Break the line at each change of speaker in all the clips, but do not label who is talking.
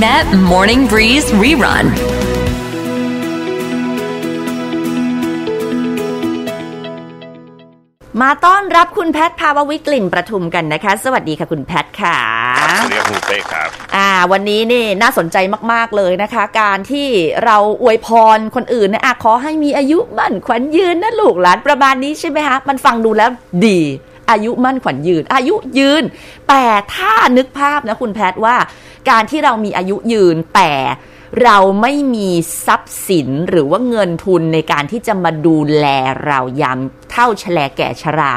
Met Morning Breeze Rerun.
มาต้อนรับคุณแพทย์ภาววิกลิ่นประทุมกันนะคะ สวัสดีค่ะคุณแพทย์ค่ะ
สวัสดีครับคุณเต้ครับ
อ่า วันนี้นี่น่าสนใจมาก ๆ เลยนะคะ การที่เราอวยพรคนอื่นนะอ่ะขอให้มีอายุมั่นขวัญยืนนะลูกหลานประมาณนี้ใช่ไหมคะมันฟังดูแล้วดี อายุมั่นขวัญยืน อายุยืน แต่ถ้านึกภาพนะคุณแพทย์ว่า การที่เรามีอายุยืนแต่เราไม่มีทรัพย์สินหรือว่าเงินทุนในการที่จะมาดูแลเรายามเท่าชแลแก่ชรา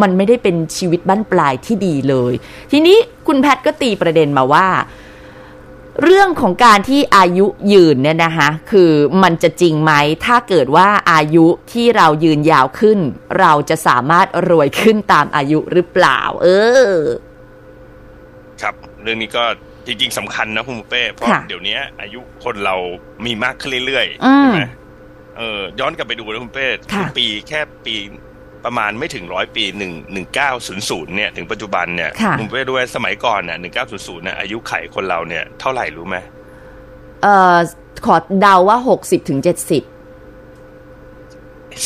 มันไม่ได้เป็นชีวิตบั้นปลายที่ดีเลย ทีนี้คุณแพทย์ก็ตีประเด็นมาว่า เรื่องของการที่อายุยืนเนี่ยนะคะคือมันจะจริงไหมถ้าเกิดว่าอายุที่เรายืนยาวขึ้น เราจะสามารถรวยขึ้นตามอายุหรือเปล่า เออ
ครับ เรื่องนี้ก็จริงๆสำคัญนะคุณเป้เพราะ
ค่ะ
เดี๋ยวนี้อายุคนเรามีมากขึ้นเรื่อย
อืม
ๆใช่ไหมเออย้อนกลับไปดูนะคุณเป้
ค่ะ
ปีแค่ปีประมาณไม่ถึงร้อยปีหนึ่งหนึ่งเก้าศูนย์ศูนย์เนี่ยถึงปัจจุบันเนี่ย
ค่ะ
ณเป้ด้วยสมัยก่อนเนี่ยหนึ่งเก้าศูนย์ศูนย์เนี่ยอายุไขคนเราเนี่ยเท่าไหร่รู้ไหม
เออขอเดาว่า 60ถึง70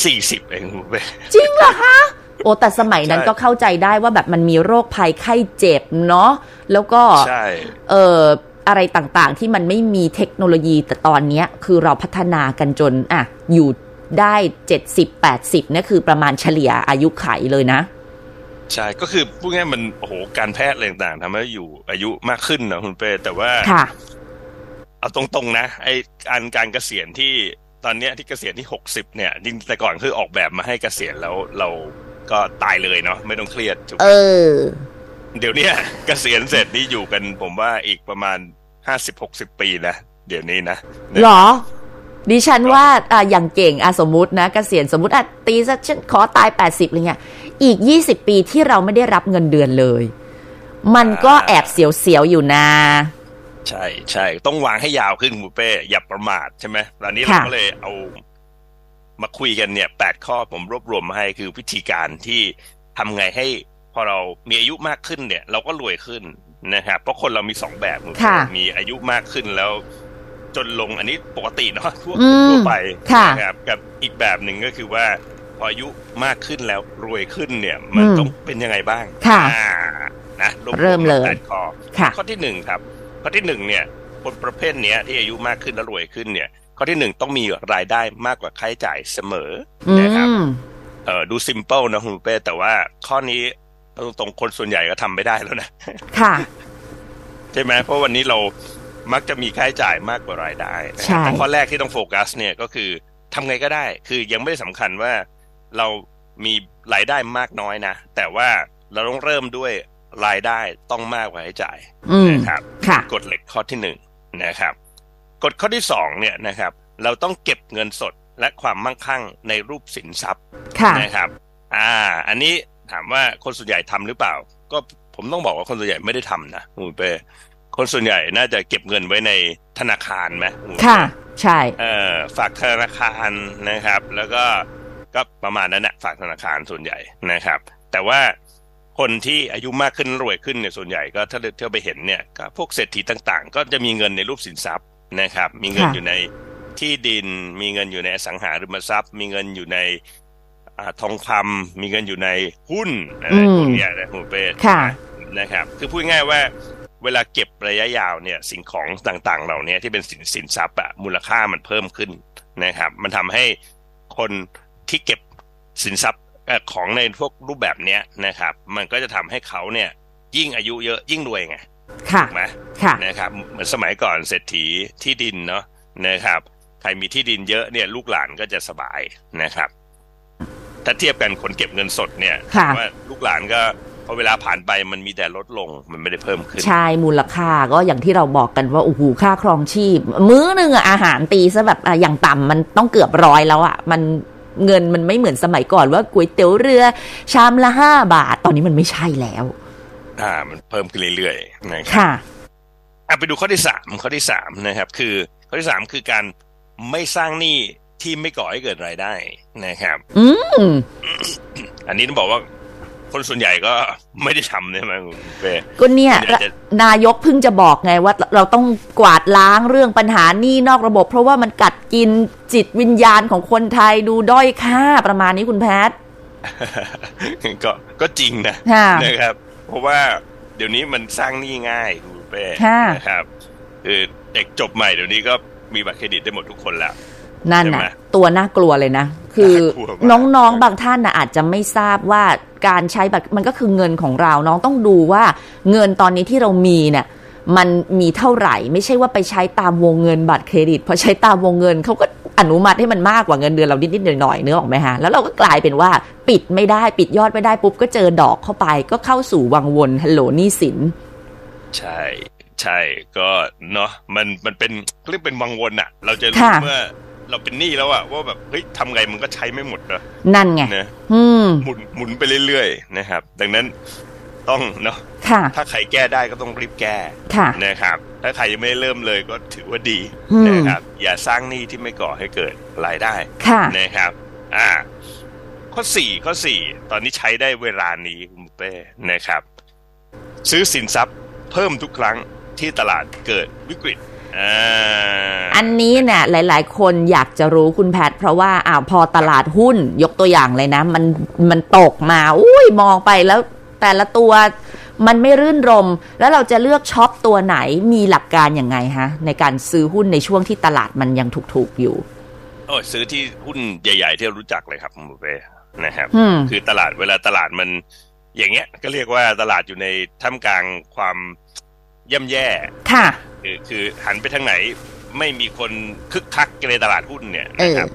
สี่สิบเองคุณเป้
จริงเหรอคะโอ้แต่สมัยนั้น
ใช่
ก็เข้าใจได้ว่าแบบมันมีโรคภัยไข้เจ็บเนาะแล้วก็
ใช่
เอ่ออะไรต่างๆที่มันไม่มีเทคโนโลยีแต่ตอนเนี้ยคือเราพัฒนากันจนอ่ะอยู่ได้ 70 80เนี่ยคือประมาณเฉลี่ยอายุไขเลยนะ
ใช่ก็คือพูดง่ายๆมันโอ้โหการแพทย์อะไรต่างๆทำให้อยู่อายุมากขึ้นนะคุณเป้แต่ว่า
ค่ะ
เอาตรงๆนะไออันการเกษียณที่ตอนเนี้ยที่เกษียณที่หกสิบเนี่ยจริงๆแต่ก่อนคือออกแบบมาให้เกษียณแล้วเราก็ตายเลยเนาะไม่ต้องเครียดถูก
เออ
เดี๋ยวเนี้ย เกษียณเสร็จนี่อยู่กันผมว่าอีกประมาณห้าสิบหกสิบปีนะเดี๋ยวนี้นะ
หรอ ดิฉันว่าอ่ะอย่างเก่งอ่ะสมมตินะเกษียณสมมติอ่ะตีซะฉันขอตาย 80อะไรเงี้ยอีก 20 ปีที่เราไม่ได้รับเงินเดือนเลย มันก็แอบเสียวๆอยู่นะ
ใช่ใช่ต้องวางให้ยาวขึ้นคุณเป้อย่าประมาทใช่ไหมตอนนี้เรา
ค่ะ
ก็เลยเอามาคุยกันเนี่ยแปดข้อผมรวบรวมมาให้คือวิธีการที่ทำไงให้พอเรามีอายุมากขึ้นเนี่ย เราก็รวยขึ้นนะครับเพราะคนเรามีสองแบบคุณเป้
ค่ะ
มีอายุมากขึ้นแล้ว จนลงอันนี้ปกติเนาะทั่ว
อืม
ทั่วไป
ค่ะ
นะครับกับอีกแบบหนึ่งก็คือว่า พออายุมากขึ้นแล้วรวยขึ้นเนี่ย มัน
อืม
ต้องเป็นยังไงบ้าง
ค่ะ
อ่านะวว
เริ่มเลย
แปดข้อ
ค่ะ
ข้อที่หนึ่งครับ ข้อที่หนึ่งเนี่ยคนประเภทเนี้ยที่อายุมากขึ้นและรวยขึ้นเนี่ย ข้อที่หนึ่งต้องมีรายได้มากกว่าค่าใช้จ่ายเสมอ
อื
นะครับ
ม
เออดูซิมเปิลนะคุณเป้แต่ว่าข้อนี้เอาตรงๆคนส่วนใหญ่ก็ทำไม่ได้แล้วนะ
ค่ะ
ใช่ไหมเพราะวันนี้เรามักจะมีค่าใช้จ่ายมากกว่ารายได้นะ
ใช่
แต่ข้อแรกที่ต้องโฟกัสเนี่ยก็คือทำไงก็ได้ คือยังไม่ได้สำคัญว่าเรามีรายได้มากน้อยนะ แต่ว่าเราต้องเริ่มด้วยรายได้ต้องมากกว่าค่าใช้จ่าย
อืม
นะครับ
ค่ะ
กฎเหล็กข้อที่หนึ่งนะครับกฎข้อที่สองเนี่ยนะครับ เราต้องเก็บเงินสดและความมั่งคั่งในรูปสินทรัพย์
ค่ะ
นะครับ อ่า อันนี้ถามว่าคนส่วนใหญ่ทำหรือเปล่า ก็ผมต้องบอกว่าคนส่วนใหญ่ไม่ได้ทำนะคุณเป้คนส่วนใหญ่น่าจะเก็บเงินไว้ในธนาคารไหมณเป้
ค่ะ ใช่
เอ่อฝากธนาคารนะครับ แล้วก็ก็ประมาณนั้นนะฝากธนาคารส่วนใหญ่นะครับ แต่ว่าคนที่อายุมากขึ้นรวยขึ้นเนี่ยส่วนใหญ่ก็ถ้าเที่ยวไปเห็นเนี่ยก็พวกเศรษฐีต่าง ๆ ก็จะมีเงินในรูปสินทรัพย์นะครับ มีเงิน
ค่ะ
อยู่ในที่ดิน มีเงินอยู่ในอสังหาริมทรัพย์ มีเงินอยู่ในอาทองคำมีเงินอยู่ในหุ้นอะไรพวกเนี้ยนะคุณเป้
ค่ะ
นะครับ คือพูดง่ายว่าเวลาเก็บระยะยาวเนี่ยสิ่งของต่างๆ เหล่านี้ที่เป็นสินสินทรัพย์อะมูลค่ามันเพิ่มขึ้นนะครับ มันทำให้คนที่เก็บสินทรัพย์เอ่อของในพวกรูปแบบเนี้ยนะครับ มันก็จะทำให้เขาเนี่ยยิ่งอายุเยอะยิ่งรวยไง
ค่ะ
ถูกไหม
ค่ะ
นะครับเหมือนสมัยก่อนเศรษฐีที่ดินเนาะนะครับ ใครมีที่ดินเยอะเนี่ยลูกหลานก็จะสบายนะครับ ถ้าเทียบกันคนเก็บเงินสดเนี่ย
ค่ะ
ว่าลูกหลานก็พอเวลาผ่านไปมันมีแต่ลดลงมันไม่ได้เพิ่มขึ้น
ใช่มูลค่าก็อย่างที่เราบอกกันว่าโอ้โหค่าครองชีพ มื้อหนึ่งอะอาหารตีซะแบบอะอย่างต่ำมันต้องเกือบร้อยแล้วอะมันเงินมันไม่เหมือนสมัยก่อนว่าก๋วยเตี๋ยวเรือ ชามละห้าบาท ตอนนี้มันไม่ใช่แล้ว
อ่า มันเพิ่มขึ้นเรื่อยๆนะครับ
ค่ะ
อ่ะไปดูข้อที่สามข้อที่สามนะครับ คือข้อที่สามคือการไม่สร้างหนี้ที่ไม่ก่อให้เกิดรายได้นะครับ
อืม
อันนี้ต้องบอกว่า คนส่วนใหญ่ก็ไม่ได้ทำใช่ไหมคุณเป้
ก็เนี่ย
เดี๋ยวจะ
นายกเพิ่งจะบอกไงว่าเราต้องกวาดล้างเรื่องปัญหาหนี้นอกระบบ เพราะว่ามันกัดกินจิตวิญญาณของคนไทยดูด้อยค่าประมาณนี้คุณแพทย์
ก็ก็จริงนะ
ค่ะ
นะครับ เพราะว่าเดี๋ยวนี้มันสร้างหนี้ง่ายคุณเป้
ค่ะ
นะครับคือเด็กจบใหม่เดี๋ยวนี้ก็มีบัตรเครดิตได้หมดทุกคนละ
นั่น
ใช่
น่ะ
ไหม
ตัวน่ากลัวเลยนะ คือ
น่ากลัวมาก
น้องๆบางท่านนะอาจจะไม่ทราบว่าการใช้บัตรมันก็คือเงินของเราน้องต้องดูว่าเงินตอนนี้ที่เรามีเนี่ยมันมีเท่าไหร่ ไม่ใช่ว่าไปใช้ตามวงเงินบัตรเครดิตพอใช้ตามวงเงินเขาก็อนุมัติให้มันมากกว่าเงินเดือนเรานิดๆหน่อยๆเนื้อออกไหมฮะแล้วเราก็กลายเป็นว่าปิดไม่ได้ปิดยอดไม่ได้ปุ๊บก็เจอดอกเข้าไป ก็เข้าสู่วังวนฮัลโหลหนี่สิน
ใช่ ใช่ก็เนาะมันมันเป็นเรียกเป็นวังวนอะเราจะรู้
ค่ะ
เมื่อเราเป็นหนี้แล้วอะว่าแบบเฮ้ยทำไงมันก็ใช้ไม่หมดนะ
นั่นไง
นะ
อืม
หมุนหมุนไปเรื่อยๆนะครับ ดังนั้นต้องเนาะ
ค่ะ
ถ้าใครแก้ได้ก็ต้องรีบแก้
ค่ะ
นะครับถ้าใครยังไม่ได้เริ่มเลยก็ถือว่าดี
อืม
นะครับ อย่าสร้างหนี้ที่ไม่ก่อให้เกิดรายได้
ค่ะ
นะครับ อ่า ข้อสี่ข้อสี่ตอนนี้ใช้ได้เวลานี้คุณเป้นะครับ ซื้อสินทรัพย์เพิ่มทุกครั้งที่ตลาดเกิดวิกฤตอ่า
อันนี้เนี่ยหลาย ๆ คนอยากจะรู้คุณแพทย์เพราะว่าอ่าวพอตลาดหุ้นยกตัวอย่างเลยนะ มันมันตกมา อุ้ยมองไปแล้วแต่ละตัวมันไม่รื่นรม แล้วเราจะเลือกช็อปตัวไหนมีหลักการยังไงฮะ ในการซื้อหุ้นในช่วงที่ตลาดมันยังถูก ๆ อยู่
โอ้ยซื้อที่หุ้นใหญ่ ๆ ที่เรารู้จักเลยครับคุณเป้นะครับ
อืม
คือตลาดเวลาตลาดมันอย่างเงี้ย ก็เรียกว่าตลาดอยู่ในท่ามกลางความย่ำแย่
ค่ะ
คือคือหันไปทางไหนไม่มีคนคึกคักในตลาดหุ้นเนี่ย
เอ
นะ
อ
ครับ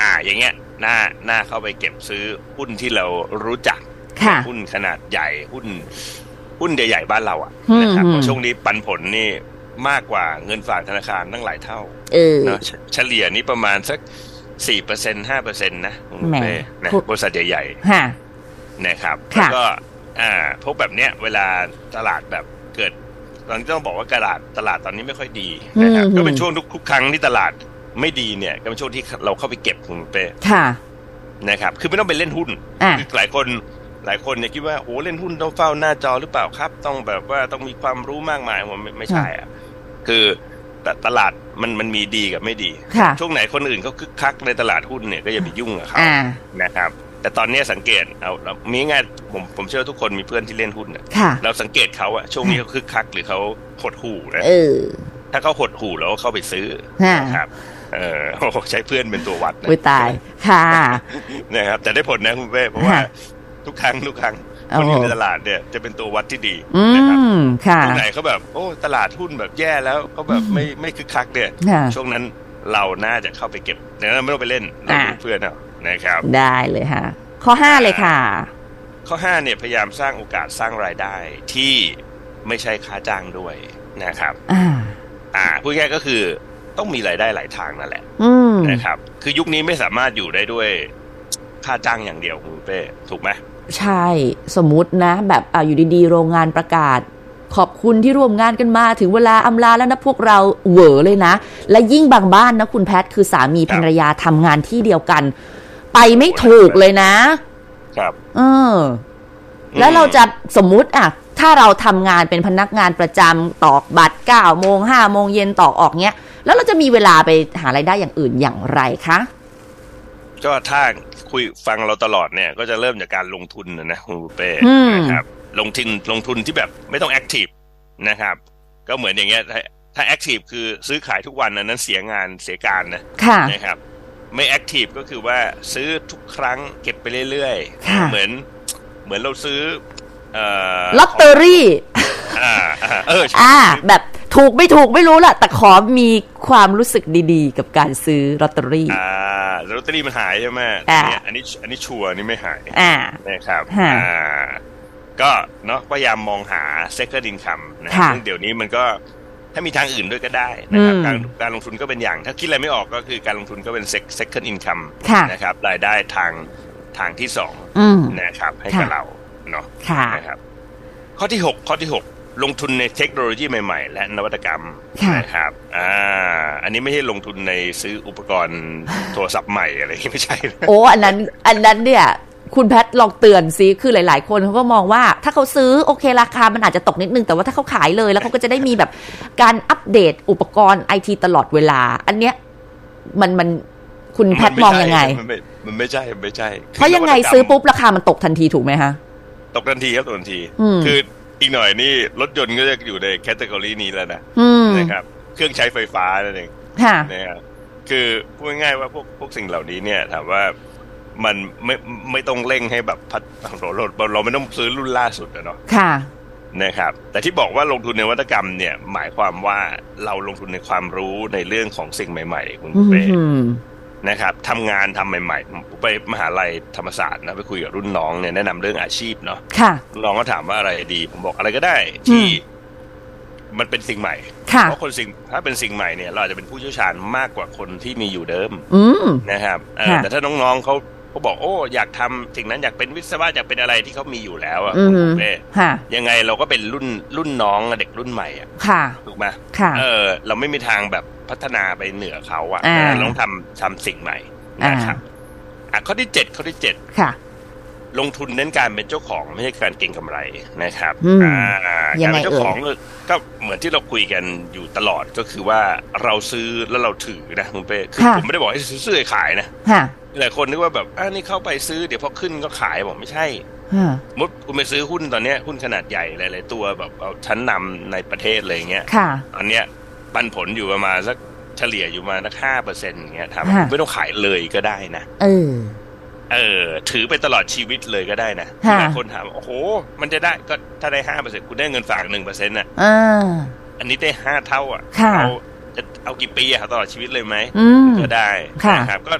อ่าอย่างเงี้ยน่าน่าเข้าไปเก็บซื้อหุ้นที่เรารู้จัก
ค่ะ
หุ้นขนาดใหญ่หุ้น หุ้นใหญ่ๆบ้านเราอะ
อืม
นะครับ
อืม
เพราะช่วงนี้ปันผลนี่มากกว่าเงินฝากธนาคารตั้งหลายเท่า
เออ
เนอะเฉเฉลี่ยนี่ประมาณสักสี่เปอร์เซ็นห้าเปอร์เซ็นนะคุณ
แหม
เป้นะ
พูด
บริษัทใหญ่ ๆ
ค่ะ
นะครับ
ค่ะ
แล้วก็อ่าพวกแบบเนี้ยเวลาตลาดแบบเกิดเราต้องบอกว่าตลาดตลาดตอนนี้ไม่ค่อยดีนะครับ
อืม
ก็เป็นช่วงทุกทุกครั้งที่ตลาดไม่ดีเนี่ยก็เป็นช่วงที่เราเข้าไปเก็บคุณเป้
ค่ะ
นะครับ คือไม่ต้องไปเล่นหุ้น
อ่ะ
คือหลายคนหลายคนเนี่ยคิดว่าโอ้เล่นหุ้นต้องเฝ้าหน้าจอหรือเปล่าครับ ต้องแบบว่าต้องมีความรู้มากมายผมไม่ไม่ใช่อ่ะคือแต่ตลาดมันมันมีดีกับไม่ดี
ค่ะ
ช่วงไหนคนอื่นเขาคึกคักในตลาดหุ้นเนี่ยก็อย่าไปยุ่งกับเขา
อ่า
นะครับ แต่ตอนนี้สังเกตเอาเรามีง่ายผมผมเชื่อว่าทุกคนมีเพื่อนที่เล่นหุ้นน่ะ
ค่ะ
เราสังเกตเขาอะช่วงนี้เขาคึกคักหรือเขาหดหู่นะ
เออ
ถ้าเขาหดหู่เราก็เข้าไปซื้อ
ฮะ
นะครับ เอ อโอ้โหใช้เพื่อนเป็นตัววัดนะ
อุ้ยตาย ค่ะ
นะครับ แต่ได้ผลนะคุณเป้เพราะว่า
ฮะ
ทุกครั้งทุกครั้ง
โอ้
คน
โห
อยู่ในตลาดเนี่ยจะเป็นตัววัดที่ดี
อื
นะครับ
ม ค่ะ
ตรงไหนเขาแบบโอ้ตลาดหุ้นแบบแย่แล้วเขาแบบไม่ไม่คึกคักเนี่ย
ฮะ
ช่วงนั้นเราน่าจะเข้าไปเก็บดังนั้นไม่ต้องไปเล่นเราดู
อ่ะ
เพื่อนเอานะครับ
ได้เลยฮะข้อห้าเลยค่ะ
ข้อ5เนี่ยพยายามสร้างโอกาสสร้างรายได้ที่ไม่ใช่ค่าจ้างด้วยนะครับ
อ่า
อ่าพูดง่ายๆก็คือต้องมีรายได้หลายทางนั่นแหละ
อืม
นะครับ คือยุคนี้ไม่สามารถอยู่ได้ด้วยค่าจ้างอย่างเดียวคุณเป้ถูกไหม
ใช่สมมตินะ แบบอ่าอยู่ดีๆ โรงงานประกาศ ขอบคุณที่ร่วมงานกันมาถึงเวลาอำลาแล้วนะพวกเราเหวอเลยนะ และยิ่งบางบ้านนะคุณแพทย์คือสามีภรรยาทำงานที่เดียวกัน ไปไม่ถูกเลยนะ
ครับ
เออ แล้วเราจะสมมุติอะถ้าเราทำงานเป็นพนักงานประจำตอกบัตร9ก้าโมงห้าโมงเย็นตอกออกเนี้ย แล้วเราจะมีเวลาไปหารายได้อย่างอื่นอย่างไรคะ
ก็ถ้าคุยฟังเราตลอดเนี่ย ก็จะเริ่มจากการลงทุนนะนะคุณเป้
อืม
นะครับ ลงทุนลงทุนที่แบบไม่ต้องแอคทีฟนะครับ ก็เหมือนอย่างเงี้ยถ้าถ้าแอคทีฟคือซื้อขายทุกวันนะนั้นเสียงานเสียการนะ
ค่ะ
นะครับไม่แอคทีฟก็คือว่าซื้อทุกครั้งเก็บไปเรื่อย
ค่ะ
ๆ เหมือนเหมือนเราซื้อเอ่อ
ลอตเตอรี่
อ่าอ่าเออใช่
อ่า แบบถูกไม่ถูกไม่รู้ล่ะ แต่ขอมีความรู้สึกดีๆ กับการซื้อลอตเตอรี่
อ่าลอตเตอรี่มันหายใช่ไหม
อ่า
เนี่ยอันนี้อันนี้ชัวร์อันนี่ไม่หาย
อ่า
นะครับ
ฮะ
อ่าก็เนาะพยายามมองหาเซ c เกอร์ดินคัมนะ
ค่ะ
ซึ่งเดี๋ยวนี้มันก็ถ้ามีทางอื่นด้วยก็ได้นะครับ
อืม
การการลงทุนก็เป็นอย่าง ถ้าคิดอะไรไม่ออกก็คือการลงทุนก็เป็นเซ็กเกอร์ดินคัม
ค่ะ
นะครับรายได้ทางทางที่สอง
อืม
นะครับให้
ค่ะ
กับเราเนาะ
ค่ะ
นะครับข้อที่ 6 ข้อที่ 6 ลงทุนในเทคโนโลยีใหม่ๆ และนวัตกรรม
ค่ะ
นะครับอ่าอันนี้ไม่ใช่ลงทุนในซื้ออุปกรณ์ โทรศัพท์ใหม่อะไรอย่างงี้ไม่ใช่นะ
โอ้ อันนั้น อันนั้นเนี่ย คุณแพทลองเตือนซิคือหลาย ๆ คนเขาก็มองว่า ถ้าเขาซื้อโอเคราคามันอาจจะตกนิดนึง แต่ว่าถ้าเขาขายเลยแล้วเขาก็จะได้มีแบบการอัปเดตอุปกรณ์ไอทีตลอดเวลา อันเนี้ยมันมันคุณแพทมองยังไง
มันไม่มันไม่ใช่มันไม่ใช่
เพราะยังไงซื้อปุ๊บราคามันตกทันทีถูกไหมคะ
ตกทันทีครับตกทันที
อืม
คืออีกหน่อยนี่รถยนต์ก็จะอยู่ในแคตตากรีนี้แล้วนะ
อืม
นะครับเครื่องใช้ไฟฟ้านั่นเอง
ค่ะ
นะครับคือพูดง่ายๆว่าพวกพวกสิ่งเหล่านี้เนี่ยถามว่ามันไม่ไม่ต้องเร่งให้แบบพัดเราเราเราไม่ต้องซื้อรุ่นล่าสุดอะเนาะ
ค่ะ
นะครับ แต่ที่บอกว่าลงทุนในนวัตกรรมเนี่ยหมายความว่าเราลงทุนในความรู้ในเรื่องของสิ่งใหม่ๆคุณ
อื
เป้
ม
นะครับทำงานทำใหม่ๆผมไปมหาลัยธรรมศาสตร์นะไปคุยกับรุ่นน้องเนี่ยแนะนำเรื่องอาชีพเนาะ
ค่ะ
รุ่นน้องก็ถามว่าอะไรดี ผมบอกอะไรก็ได้ที่มันเป็นสิ่งใหม่
ค่ะ
เพราะคนสิ่งถ้าเป็นสิ่งใหม่เนี่ยเราอาจจะเป็นผู้เชี่ยวชาญมากกว่าคนที่มีอยู่เดิม
อืม
นะครับเอ่อ
ค่ะ
แต่ถ้าน้องๆเขาเขาบอกโอ้อยากทำสิ่งนั้นอยากเป็นวิศวะอยากเป็นอะไรที่เขามีอยู่แล้วอะ
อืม
ผมเอ้ย
ค่ะ
ยังไงเราก็เป็นรุ่นรุ่นน้องอะเด็กรุ่นใหม่อะ
ค่ะ
ถูกไหม
ค่ะ
เออ เราไม่มีทางแบบพัฒนาไปเหนือเขาอะ
อ่า
เราต้องทำทำสิ่งใหม่นะครับ
อ่
อ่ะข้อที่เจ็ดข้อที่เจ็ด
ค่ะ
ลงทุนเน้นการเป็นเจ้าของไม่ใช่การเก็งกำไรนะครับ
อืมยั
การ
งไง
เป็นเจ้า
เอ่ย
ของก็เหมือนที่เราคุยกันอยู่ตลอดก็คือว่าเราซื้อแล้วเราถือนะคุณเป้คือผมไม่ได้บอกให้ซื้อซื้อขายนะ
ค่ะ
หลายคนนึกว่าแบบอ่านี่เข้าไปซื้อเดี๋ยวพอขึ้นก็ขายบอกไม่ใช่
ค่ะ
มุดคุณไปซื้อหุ้นตอนเนี้ยหุ้นขนาดใหญ่หลายๆตัวแบบเอาชั้นนำในประเทศอะไรอย่างเงี้ย
ค่ะ
อันเนี้ยปันผลอยู่ประมาณสักเฉลี่ยอยู่ประมาณสักห้าเปอร์เซ็นต์อย่างเงี้ยถามว่า
ฮะ
ไม่ต้องขายเลยก็ได้นะ
เออ
เออ ถือไปตลอดชีวิตเลยก็ได้นะ
ฮะ
หลายคนถามว่าโอ้โห มันจะได้ก็ถ้าได้ห้าเปอร์เซ็นต์คุณได้เงินฝากหนึ่งเปอร์เซ็นต์อ่ะ
อ่า
อันนี้ได้ห้าเท่าอ่ะ
ค่ะ
เอาจะเอากี่ปีอะตลอดชีวิตเลยไหม
อืม
ก็ได้
ค่ะ
นะครับก็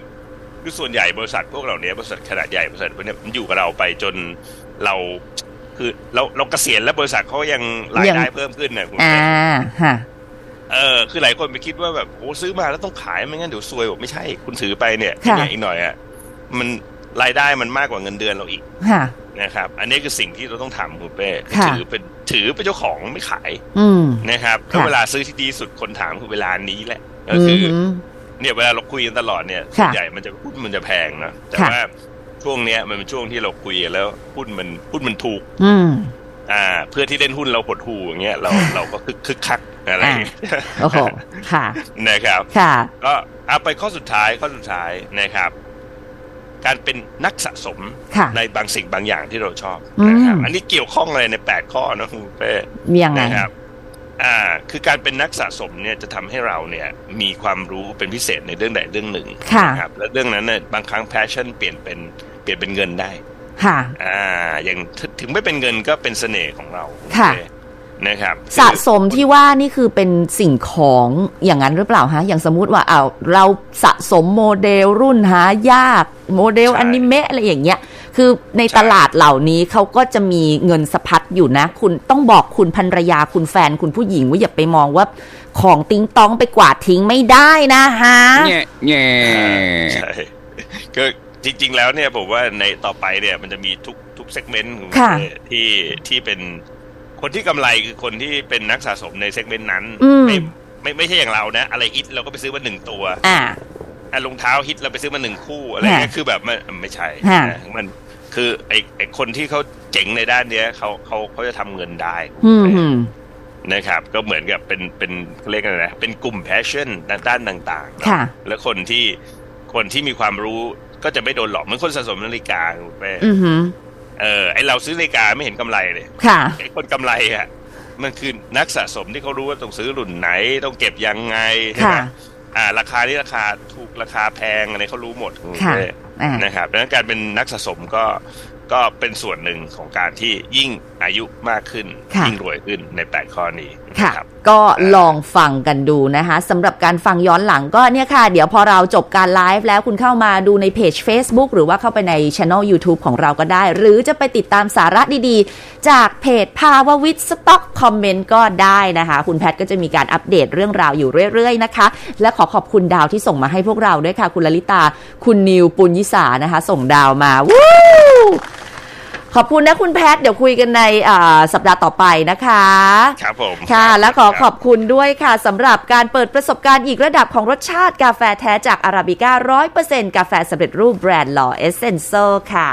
คือส่วนใหญ่บริษัทพวกเหล่านี้บริษัทขนาดใหญ่บริษัทพวกเนี้ยมันอยู่กับเราไปจนเราคือเราเราเกษียณแล้วบริษัทเขายังรายได้เพิ่มขึ้นนะคุณ
อ่า
เต้
ค่ะ
เออคือหลายคนไปคิดว่าแบบโอ้ซื้อมาแล้วต้องขายไม่งั้นเดี๋ยวซวยบอกไม่ใช่คุณถือไปเนี่ย
ค่ะ
เนี่ยอีกหน่อยอ่ะมันรายได้มันมากกว่าเงินเดือนเราอีก
ค่ะ
นะครับ อันนี้คือสิ่งที่เราต้องทำคุณเป้
ค่ะ
ถือเป็นถือเป็นเจ้าของไม่ขาย
อืม
นะครับแล้ว
ค่ะ
เวลาซื้อที่ดีสุดคนถามคือเวลานี้แหละก็คืออ
ม
เนี่ยเวลาเราคุยกันตลอดเนี่ย
ค่ะ
ส่วนใหญ่มันจะหุ้นมันจะแพงนะแต่
ค่ะ
ว่าช่วงเนี้ยมันเป็นช่วงที่เราคุยกันแล้วหุ้นมันหุ้นมันถูก
อืม
อ่า เพื่อที่เล่นหุ้นเราหดหูอย่างเงี้ยเราเราก็คึกคึกคักอะไรอย่างเงี้ย
โอ้โห ค่ะ
นะครับ
ค่ะ
ก็เอาไปข้อสุดท้ายข้อสุดท้ายนะครับ การเป็นนักสะสม
ค่ะ
ในบางสิ่งบางอย่างที่เราชอบนะครับ
อืม
อันนี้เกี่ยวข้องอะไรในแปดข้อนะคุณเป้
ยังไง
นะครับ อ่า คือการเป็นนักสะสมเนี่ยจะทำให้เราเนี่ยมีความรู้เป็นพิเศษในเรื่องใดเรื่องหนึ่ง
ค่ะ
นะครับ และเรื่องนั้นเนี่ยบางครั้งแพชชั่นเปลี่ยนเป็นเปลี่ยนเป็นเงินได้
ค่ะ
อ่า อย่างถถึงไม่เป็นเงินก็เป็นเสน่ห์ของเรา
ค่ะ
นะครับ
สะสมที่ว่านี่คือเป็นสิ่งของอย่างนั้นหรือเปล่าฮะ อย่างสมมุติว่าเอาวเราสะสมโมเดลรุ่นหายาก โมเดลอนิเมะอะไรอย่างเงี้ย คือในตลาดเหล่านี้เขาก็จะมีเงินสะพัดอยู่นะ คุณต้องบอกคุณภรรยาคุณแฟนคุณผู้หญิงว่าอย่าไปมองว่าของติ้งต้องไปกวาดทิ้งไม่ได้นะฮะ
nhẹ
อ่า
nhẹ
ใช่ ก็จริง ๆ แล้วเนี่ยผมว่าในต่อไปเนี่ยมันจะมีทุกทุกเซกเมนต์
ค่ะ
ที่ที่เป็นคนที่กำไรคือคนที่เป็นนักสะสมในเซกเมนต์นั้น
อืม
ไม่ไม่ไม่ใช่อย่างเรานะ อะไรอิทเราก็ไปซื้อมาหนึ่งตัว
อ่า
อ่ะรองเท้าฮิตเราไปซื้อมาหนึ่งคู่อะไรเงี้ย
ฮะ
คือแบบมันไม่ใช่
ฮะ
นะมันคือไอไอคนที่เขาเจ๋งในด้านเนี้ยเขาเขาเขาจะทำเงินได้
อืมอืม
นะครับ ก็เหมือนกับเป็นเป็นเขาเรียกอะไรนะเป็นกลุ่มแพชชั่นด้านต่างๆเนอะ
ค่ะ
และคนที่คนที่มีความรู้ก็จะไม่โดนหลอกเหมือนคนสะสมนาฬิกาถูกไหม
อือหือ
เออไอเราซื้อนาฬิกาไม่เห็นกำไรเลย
ค่ะ
ไอคนกำไรอ่ะมันคือนักสะสมที่เขารู้ว่าต้องซื้อรุ่นไหนต้องเก็บยังไงใช่ไห
ค่ะ
มอ่า ราคานี่ราคาถูกราคาแพงอะไรเขารู้หมด
ค่ะ อ่า
นะครับดังนั้นการเป็นนักสะสมก็ก็เป็นส่วนหนึ่งของการที่ยิ่งอายุมากขึ้น
ค่ะ
ยิ่งรวยขึ้นใน 8 ข้อนี้
ค่ะ
นะรับ
ก็ลองฟังกันดูนะคะสำหรับการฟังย้อนหลังก็เนี่ยค่ะ เดี๋ยวพอเราจบการไลฟ์แล้วคุณเข้ามาดูในเพจ Facebook หรือว่าเข้าไปในช anel YouTube ของเราก็ได้ หรือจะไปติดตามสาระดีๆ จากเพจภาววิทสต็อกคอมเมนต์ก็ได้นะคะ คุณแพทก็จะมีการอัปเดตเรื่องราวอยู่เรื่อยๆนะคะ และขอขอบคุณดาวที่ส่งมาให้พวกเราด้วยค่ะ คุณลลิตา คุณนิวปุญยิสานะคะ ส่งดาวมาวู้ขอบคุณนะคุณแพทเดี๋ยวคุยกันในอ่าสัปดาห์ต่อไปนะคะ
ครับผม
ค่ะ
รับ
และขอ
รั
ขอบคุณด้วยค่ะสำหรับการเปิดประสบการณ์อีกระดับของรสชาติกาแฟแท้จากอาราบิก้า 100%กาแฟสำเร็จรูปแบรนด์ลอเอเซนโซค่ะ